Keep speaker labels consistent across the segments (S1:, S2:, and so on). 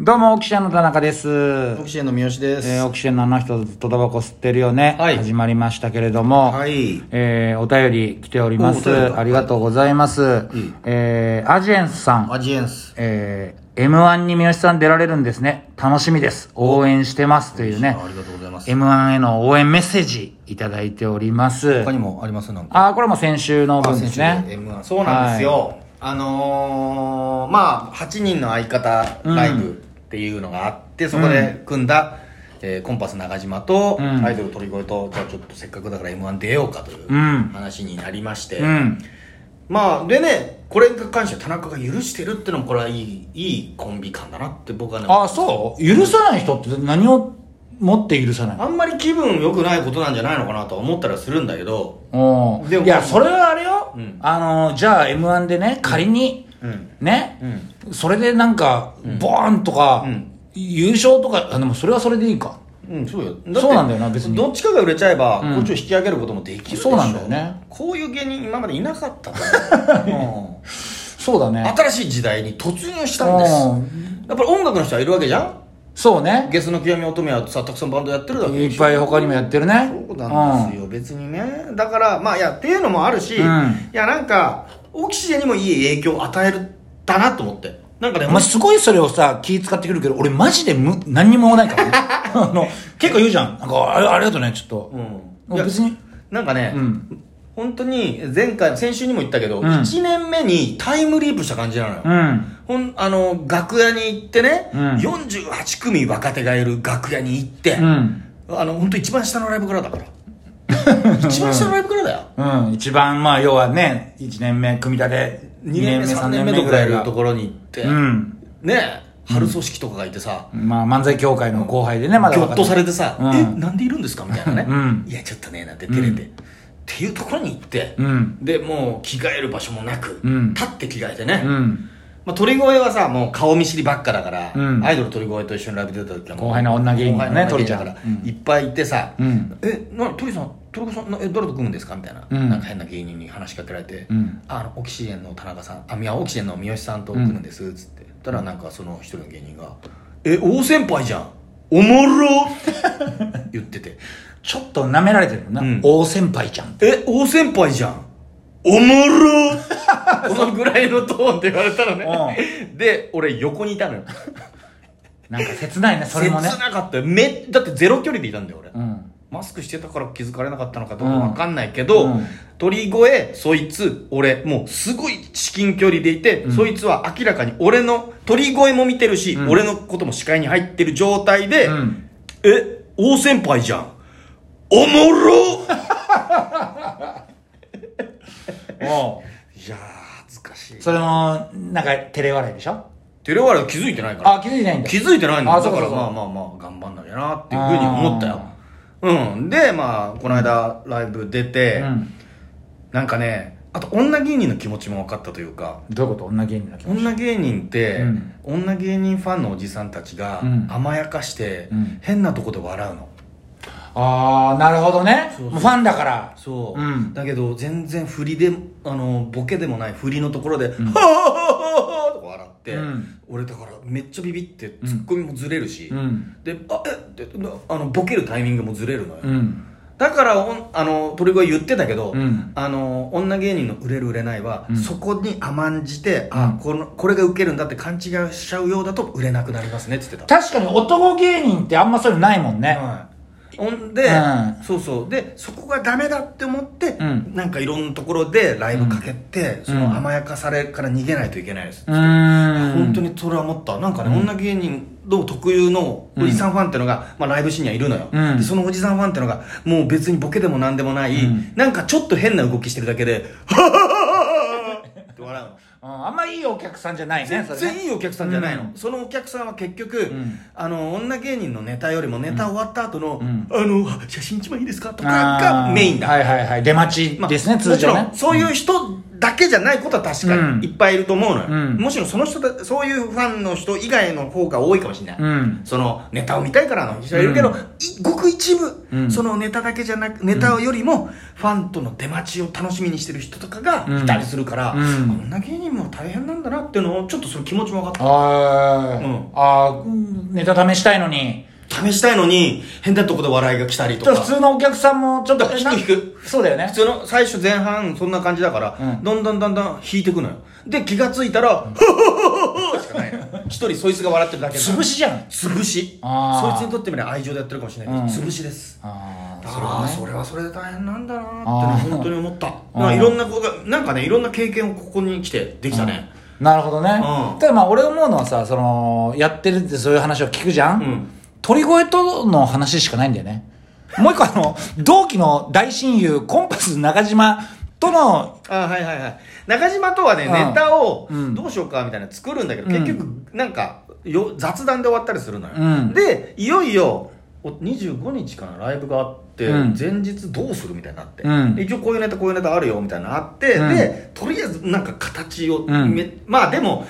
S1: どうも、オキシエンの田中です。オ
S2: オキシエンの三好です。
S1: えーオキシエンのあの人ずっとタバコ吸ってるよね。
S2: はい
S1: 始まりましたけれども、
S2: はい
S1: えーお便り来ておりま
S2: おお便
S1: す。
S2: りだ
S1: ありがとうございます。えーアジェンスさん、
S2: アジエンス。
S1: えー M1 に三好さん出られるんですね。楽しみです。応援してます。というね
S2: あ、りがとうございます。
S1: M1 への応援メッセージいただいております
S2: 他。にもありますなんか。
S1: あー、これも先週の分ですね。
S2: M1。そうなんですよ。あのー、まあ、8人の相方ライブっていうのがあって、そこで組んだ、えーコンパス中島と、
S1: うん
S2: アイドル鳥越と、じゃあちょっとせっかくだから M1 出ようかという
S1: うん
S2: 話になりまして。
S1: うん。
S2: まあ、でね、これに関して田中が許してるってのもこれはいい、いいコンビ感だなって僕はね。
S1: あー、そう許さない人って何を持って許さない
S2: あんまり気分良くないことなんじゃないのかなとは思ったりはするんだけど、
S1: お
S2: でも
S1: いやそれはあれよ、
S2: うん
S1: あのじゃあ m 1でね仮に、
S2: うん
S1: ね、それでなんか、ボーンとか、
S2: うん
S1: 優勝とかあでもそれはそれでいいか
S2: うん、そうよ
S1: てそうなんだよな別に
S2: どっちかが売れちゃえば、
S1: ん
S2: こっちを引き上げることもできるでしょ
S1: そうなんだよね
S2: こういう芸人今までいなかっ たから、うん
S1: そうだね
S2: 新しい時代に突入したんです
S1: うん
S2: やっぱり音楽の人はいるわけじゃん
S1: そうね
S2: ゲスの極み乙女はさたくさんバンドやってるだろ
S1: いっぱい他にもやってるね
S2: そうなんですよ、別にねだからまあいやっていうのもあるし、
S1: うん
S2: いやなんかオキシエンにもいい影響を与えるだなと思ってなんかね
S1: うんお前すごいそれをさ気使ってくるけど俺マジでむ何にもない からねあの結構言うじゃんなんかあありがとうねちょっと、
S2: うん、いや
S1: 別に
S2: なんかね、
S1: うん
S2: 本当に前回先週にも言ったけど、
S1: ん
S2: 1年目にタイムリープした感じなのよ、
S1: うん
S2: ほんあの楽屋に行ってね、
S1: うん
S2: 48組若手がいる楽屋に行って、
S1: うん
S2: あの本当一番下のライブからだから一番下のライブから だよ
S1: うん、一番、まあ、要はね、1年目、組み立て、
S2: 2年目3年目とかいるところに行って、
S1: うん。
S2: ね春組織とかがいてさ、
S1: まあ、漫才協会の後輩でね、まだ
S2: ぎょ
S1: 若
S2: っ
S1: 手
S2: とされてさ「
S1: うん
S2: えなんでいるんですか?」みたいなね「
S1: うん
S2: いやちょっとね」なんて照れて、っていうところに行って、
S1: うん。
S2: でもう着替える場所もなく、
S1: うん
S2: 立って着替えてね、
S1: うん。
S2: まあ、鳥越はさもう顔見知りばっかだから、
S1: うん
S2: アイドル鳥越と一緒にライブ出た時はもう
S1: 後輩の女芸人
S2: 後輩の
S1: ね
S2: 女芸
S1: 鳥
S2: 人
S1: ちゃ
S2: だ
S1: ん
S2: から、
S1: うん
S2: いっぱいいてさ「
S1: うん
S2: えな鳥さん鳥越さんなえ誰と組むんですか?」みたいな、
S1: うん
S2: なんか変な芸人に話しかけられて「
S1: うん
S2: ああのオキシエンの田中さんあいやオキシエンの三好さんと組むんです」つって言ったらなんかその一人の芸人が「え大先輩じゃんおもろ!」って言ってて
S1: ちょっと舐められてるよな。
S2: うん
S1: 大先輩ちゃん
S2: 「え大先輩じゃんおもろ!」 このぐらいのトーンで言われたのねで俺横にいたのよ
S1: なんか切ないね、それもね
S2: 切。なかったよめだってゼロ距離でいたんだよ俺、
S1: うん。
S2: マスクしてたから気づかれなかったのかどう
S1: う
S2: か
S1: ん
S2: わかんないけど、
S1: うん
S2: 鳥越そいつ俺もうすごい至近距離でいて、そいつは明らかに俺の鳥越も見てるし、
S1: ん
S2: 俺のことも視界に入ってる状態で、
S1: うん
S2: え大先輩じゃんおもろ
S1: おう
S2: いやー恥ずかしい
S1: それも、なんか、照れ笑いでしょ
S2: テレワール気づいてないから
S1: あ、気づいてないんだ。
S2: 気づいてないんだ
S1: あ
S2: だ
S1: そう
S2: か
S1: かそう
S2: ら
S1: か
S2: まあまあまあ頑張んなきゃなっていうふうに思ったようんでまあこの間ライブ出て、
S1: うん。
S2: なんかねあと女芸人の気持ちも分かったというか
S1: どういうこと女芸人だけ。
S2: 女芸人って、
S1: うん
S2: 女芸人ファンのおじさんたちが
S1: うん
S2: 甘やかして、
S1: うん
S2: 変なとこで笑うの
S1: あー、なるほどね。
S2: そうそう
S1: もうファンだから。
S2: そう、
S1: うん
S2: だけど全然振りであのボケでもない振りのところで「はぁはぁはぁはぁとか笑って、
S1: うん
S2: 俺だからめっちゃビビってツッコミもずれるし、
S1: うん。
S2: であえでなあのボケるタイミングもずれるのよ、
S1: うん。
S2: だからおんあの鳥越言ってたけど、
S1: うん
S2: あの女芸人の売れる売れないは、
S1: うん
S2: そこに甘んじて、
S1: うん
S2: あこのこれがウケるんだって勘違いしちゃうようだと売れなくなりますねっつってた、
S1: 確かに男芸人ってあんまそういうのないもんね。
S2: はい、ほんで、
S1: うん
S2: そうそうでそこがダメだって思って、
S1: うん
S2: なんかいろんなところでライブかけて、そ
S1: うん
S2: の甘やかされから逃げないといけないです、
S1: うーん。
S2: 本当にそれは思ったなんかね、女芸人の特有のおじさんファンってのが、まあ、ライブシーンにはいるのよ、
S1: うん
S2: でそのおじさんファンってのがもう別にボケでも何でもない、
S1: うん
S2: なんかちょっと変な動きしてるだけで「はははははって笑うの
S1: うんあんまいいお客さんじゃないね、それ
S2: 全
S1: ね。
S2: 員いいお客さんじゃないの、
S1: うん
S2: そのお客さんは結局、
S1: ん
S2: あの女芸人のネタよりもネタ終わった後の「
S1: ん
S2: あの写真一枚いいですか?」とか
S1: あ
S2: が
S1: ー
S2: メインだ、
S1: はいはいはい。出待ち
S2: まあ
S1: ですね、通常ね
S2: もちろん。そういう人だけじゃないことは確か
S1: うん
S2: にいっぱいいると思うのよ、
S1: うん
S2: むしろその人だそういうファンの人以外の方が多いかもしれない、
S1: うん
S2: そのネタを見たいからの人はいるけど、
S1: うん
S2: いごく一部、
S1: うん
S2: そのネタだけじゃなくネタよりもファンとの出待ちを楽しみにしてる人とかが
S1: うん
S2: いたりするから、
S1: うん
S2: こんな芸人も大変なんだなっていうのをちょっとその気持ちも分かっ
S1: あー、
S2: うん
S1: あーうんネタ試したいのに
S2: た試したいのに変なとこで笑いが来たりと
S1: ちょ
S2: か
S1: っと普通のお客さんもちょっと
S2: 引く引く
S1: そうだよね
S2: 普通の最初前半そんな感じだから、
S1: うん
S2: どんどんどんどん引いてくのよで気がついたら「ほほほほほ」しかないの一人そいつが笑ってるだけ
S1: 潰しじゃん
S2: 潰し
S1: あー
S2: そいつにとってみれば愛情でやってるかもしれないけど、
S1: うん
S2: 潰しです
S1: あー
S2: だから
S1: そ
S2: そ
S1: れ
S2: れはそれで大変なんだなーって
S1: あー
S2: ね本当に思っただか
S1: ー
S2: らいろんなことがなんかねいろんな経験をここに来てできたね
S1: なるほどね、
S2: うん
S1: ただまあ俺思うのはさそのやってるってそういう話を聞くじゃん、
S2: うん
S1: 鳥越との話しかないんだよねもう一個あの同期の大親友コンパス中島との
S2: あーはいはいはい中島とはね
S1: うん
S2: ネタを
S1: うん
S2: どうしようかみたいなの作るんだけど、
S1: うん
S2: 結局なんかよ雑談で終わったりするのよ、
S1: うん
S2: でいよいよお25日かなライブがあって、
S1: うん
S2: 前日どうするみたいになって、
S1: うん
S2: で一応こういうネタこういうネタあるよみたいなのあって、
S1: うん
S2: でとりあえずなんか形を、
S1: うん
S2: めまあでも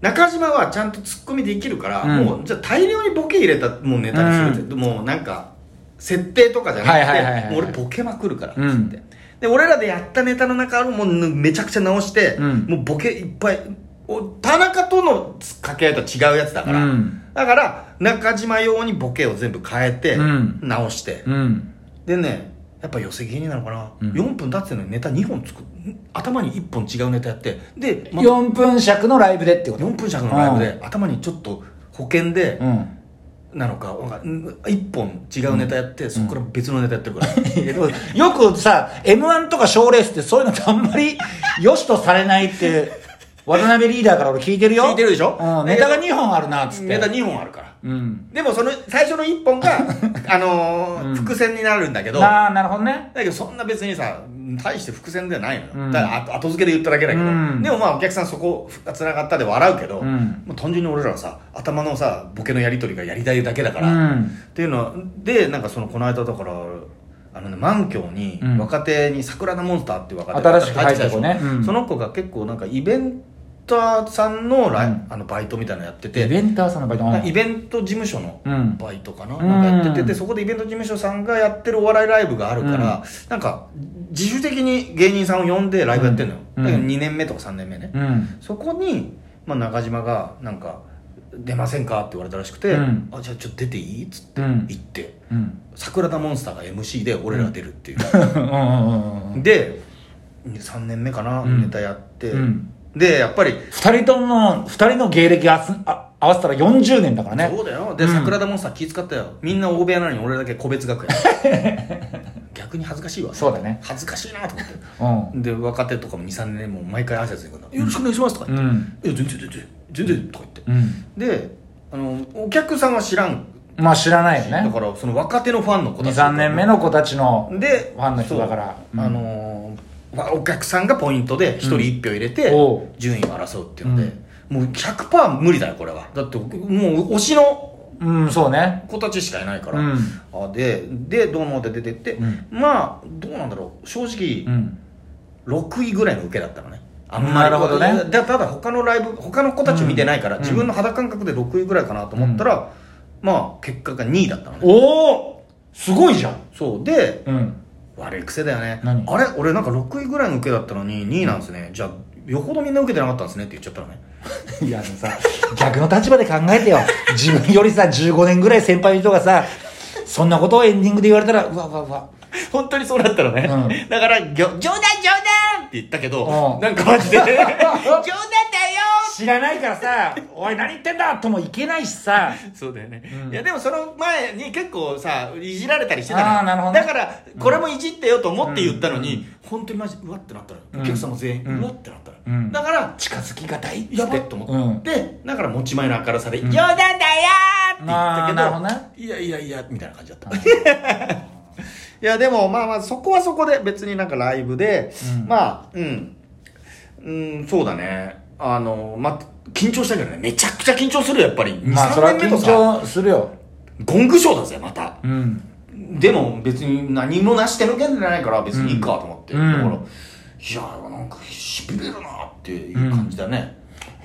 S2: 中島はちゃんとツッコミできるから、
S1: うん
S2: もうじゃあ大量にボケ入れたもうネタにするって、もうなんか設定とかじゃなくて、
S1: はいはいはいはい
S2: もう俺ボケまくるからっつって、
S1: うん
S2: で俺らでやったネタの中をもうめちゃくちゃ直して、
S1: うん
S2: もうボケいっぱいお田中との掛け合いとは違うやつだから、
S1: うん
S2: だから中島用にボケを全部変えて、
S1: うん
S2: 直して、
S1: うん
S2: でねやっぱ寄せ芸人なのかな、
S1: うん
S2: 4分経ってんのにネタ2本作っ頭に1本違うネタやってで、また
S1: 4分尺のライブでってこと
S2: 4分尺のライブで頭にちょっと保険で
S1: う、ん
S2: なのかわかん1本違うネタやって、そこから別のネタやっ てるから、
S1: よくさ m 1とか賞ーレースってそういうのってあんまり良しとされない って渡辺リーダーから俺聞いてるよ
S2: 聞いてるでしょ
S1: うん、ネタが2本あるなっつって
S2: ネタ2本あるから
S1: うん
S2: でもその最初の1 本が、あのー
S1: うん
S2: 伏線になるんだけど、だ
S1: ああなるほどね
S2: けどそんな別にさ、大して伏線ではないのよ。
S1: うん
S2: だから後後付けで言っただけだけど、
S1: うん
S2: でもまあお客さんそこが繋がったで笑うけど、
S1: うん
S2: もう単純に俺らはさ、頭のさ、ボケのやり取りがやりたいだけだから、
S1: うん
S2: っていうのはでなんかそのこの間だからあのね満響に
S1: うん
S2: 若手に桜田モンスターっていう若手
S1: 新しく入った子ね
S2: 入ってきたでしょ
S1: うん
S2: その子が結構なんかイベンターさんのライン、
S1: うん
S2: あのバイトみたいなのやってて
S1: イベンターさんのバイト
S2: なんかイベント事務所の
S1: うん
S2: バイトかな,、
S1: うん
S2: なんかやっててでそこでイベント事務所さんがやってるお笑いライブがあるから、なんか自主的に芸人さんを呼んでライブやってるのよ、
S1: うん
S2: だけど2年目とか3年目ね、
S1: うん
S2: そこに、まあ、中島がなんか「出ませんか?」って言われたらしくて「
S1: うん
S2: あじゃあちょっと出ていい?」っつって
S1: うん
S2: 行って。
S1: うん
S2: 桜田モンスターが MC で俺ら出るっていう、
S1: うんうんうん
S2: で3年目かな、
S1: うん
S2: ネタやって、
S1: うん
S2: でやっぱり
S1: 2人との2人の芸歴あすあ合わせたら40年だからね
S2: そうだよで、
S1: うん
S2: 桜田モンスター気使ったよみんな大部屋なのに俺だけ個 別学園逆に恥ずかしいわ
S1: そうだね
S2: 恥ずかしいなと思って
S1: う
S2: で若手とかも23年もう毎回挨拶に行くの「よろしくお願いします」とか
S1: んう
S2: 言って
S1: ん
S2: 「いや全然全然全然」とか言って
S1: うん
S2: であのお客さんは知らん
S1: まあ知らないよ
S2: だ
S1: ね
S2: からその若手のファンの子たち
S1: 23年目の子たちの
S2: で
S1: ファンの人だからう
S2: そう
S1: ん
S2: あのーわお客さんがポイントで1人1票入れて
S1: おう
S2: 順位を争うっていうので、もう100%無理だよこれはだってもう推しの
S1: うんそうね
S2: 子たちしかいないから、
S1: うん
S2: あででどうもって出てって、
S1: うん
S2: まあどうなんだろう正直、
S1: うん
S2: 6位ぐらいの受けだったのねあんまり
S1: なるほどね
S2: だただ他のライブ他の子たちを見てないから、
S1: うん
S2: 自分の肌感覚で6位ぐらいかなと思ったら、まあ結果が2位だったのね
S1: おおすごいじゃん
S2: そうで
S1: うん
S2: 悪い癖だよね
S1: 何
S2: あれ俺なんか6位ぐらいの受けだったのに2位なんですね、じゃあよほどみんな受けてなかったんですねって言っちゃったのね
S1: いやあのさ 逆の立場で考え てよ自分よりさ15年ぐらい先輩の人がさそんなことをエンディングで言われたらうわうわうわ
S2: 本当にそうなったのね、
S1: う
S2: だからぎょ冗談冗談って言ったけど、
S1: うん
S2: なんかマジ で冗談だよ
S1: 知らないからさ「おい何言ってんだ!」ともいけないしさ
S2: そうだよね、
S1: うん
S2: いやでもその前に結構さいじられたりしてたの
S1: あーなるほどね
S2: だからこれもいじってよと思って言ったのに、本当にマジうわってなったのよ、
S1: うん
S2: お客さんも全員、
S1: う
S2: うんわってなったのよ、
S1: うん
S2: だから
S1: 近づきが大事
S2: やばっと思って、
S1: うん
S2: でだから持ち前の明るさで「冗談だよ!」って言った
S1: あー
S2: け
S1: なる
S2: ど
S1: ほどね
S2: いやいやいやみたいな感じだった いやでもまあまあそこはそこで別になんかライブで、
S1: うん
S2: まあうん、うん、そうだねあのまあ緊張したけどねめちゃくちゃ緊張するよやっぱり23、
S1: まあそれは
S2: 年目
S1: 緊
S2: とさ
S1: 張するよ
S2: ゴングショーだぜまた
S1: うん
S2: でも別に何もなしてるわけじゃないから別にいいかと思って、
S1: うん
S2: だからいやなんかしびれるなっていう感じだね、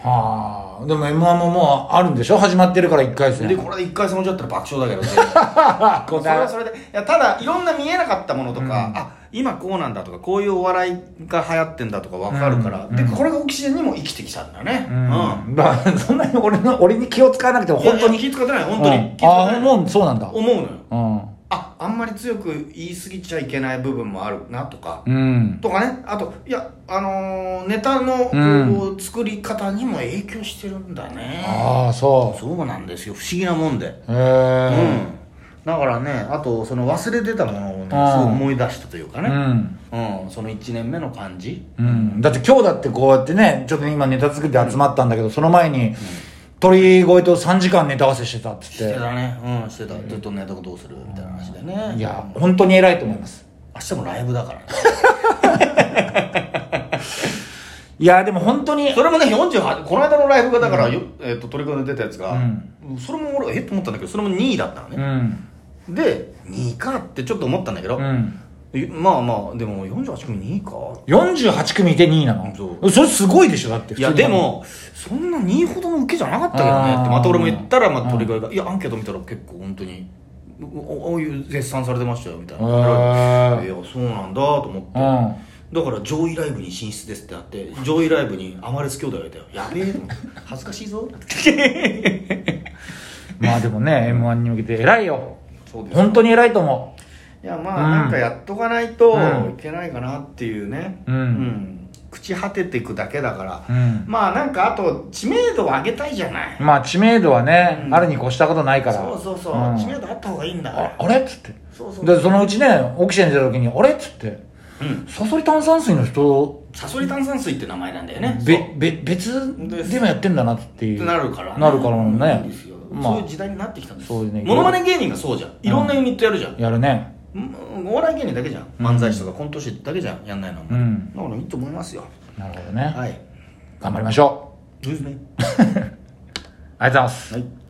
S1: はあでも m 1ももうあるんでしょ始まってるから1回戦
S2: でこれで一回そのじゃったら爆笑だけど全然
S1: あこ
S2: それはそれでいやただいろんな見えなかったものとか、あ今こうなんだとかこういうお笑いが流行ってんだとか分かるから、
S1: うん
S2: で
S1: うん
S2: これがオキシエンにも生きてきたんだね
S1: うん、まあ そんなに俺の俺に気を使わなくても本当に
S2: いやいや気使ってない本当に、
S1: うん
S2: 気使って
S1: あ
S2: ない
S1: もうそうなんだ
S2: 思うのよ
S1: う
S2: ああんまり強く言い過ぎちゃいけない部分もあるなとか、
S1: んうん
S2: とかねあといやあのーネタの、
S1: うん
S2: こう作り方にも影響してるんだね
S1: ああそ
S2: そうなんですよ不思議なもんで
S1: うへえ
S2: だからねあとその忘れてたものをねす
S1: あー
S2: ごい思い出したというか
S1: う
S2: ね、
S1: ん
S2: うんその1年目の感じ
S1: うん、だって今日だってこうやってねちょっと今ネタ作って集まったんだけど、その前に鳥越と3時間ネタ合わせしてたっつっ
S2: して
S1: て
S2: たねうんしてたずっとネタどうするみたいな話でね
S1: いや本当に偉いと思います
S2: 明日もライブだからね
S1: いやでも本当に
S2: それもね48この間のライブがだから、よえっと取り組んで出たやつが、
S1: うん
S2: それも俺えっと思ったんだけどそれも2位だったの
S1: う
S2: ね、
S1: ん
S2: で2位かってちょっと思ったんだけど、
S1: うん
S2: えまあまあでも48組2位か
S1: 48組いて2位なの
S2: そ
S1: それすごいでしょだって
S2: いやでもそんな2位ほどの受けじゃなかったけどねって
S1: あー
S2: また俺も言ったらまあ
S1: うん
S2: 鳥越が「いやアンケート見たら結構本当におおおいう絶賛されてましたよ」みたい
S1: へ
S2: な「い
S1: え
S2: やそうなんだ」と思って
S1: うん
S2: だから上位ライブに進出ですってなって上位ライブにアマレス兄弟がいたよやべえと思って恥ずかしいぞ
S1: まあでもね m 1に向けて偉いよ
S2: そうです
S1: 本当に偉いと思
S2: いやま
S1: う
S2: あ
S1: ん
S2: なんかやっとかないと
S1: うん
S2: いけないかなっていうね
S1: うん
S2: 朽ち果てていくだけだから
S1: ううん
S2: まあなんかあと知名度を上げたいじゃない
S1: まあ知名度はね、
S2: うん
S1: あるに越したことないから
S2: そうそうそう、
S1: ん
S2: 知名度あった方がいいんだから
S1: ああれっつって
S2: そうそう
S1: でそのうちねオキシエン出た時に「あれ?」っつって
S2: うん
S1: 「サソリ炭酸水の人
S2: サソリ炭酸水って名前なんだよね
S1: べべ別
S2: です
S1: でもやってんだな」ってい
S2: そ
S1: う
S2: うってなるから
S1: なるから
S2: いいん
S1: ね
S2: ですよ
S1: ま
S2: そういう
S1: あ
S2: 時代になってきたんです
S1: そういうね
S2: モノマネ芸人がそうじゃんいろんなユニットやるじゃん、
S1: やるね
S2: うんお笑い芸人だけじゃん漫才師とかコント師だけじゃんやんないのは
S1: うん
S2: だからいいと思いますよ
S1: なるほどね、
S2: はい
S1: 頑張りましょ
S2: そうですね
S1: うありがとうございます、
S2: はい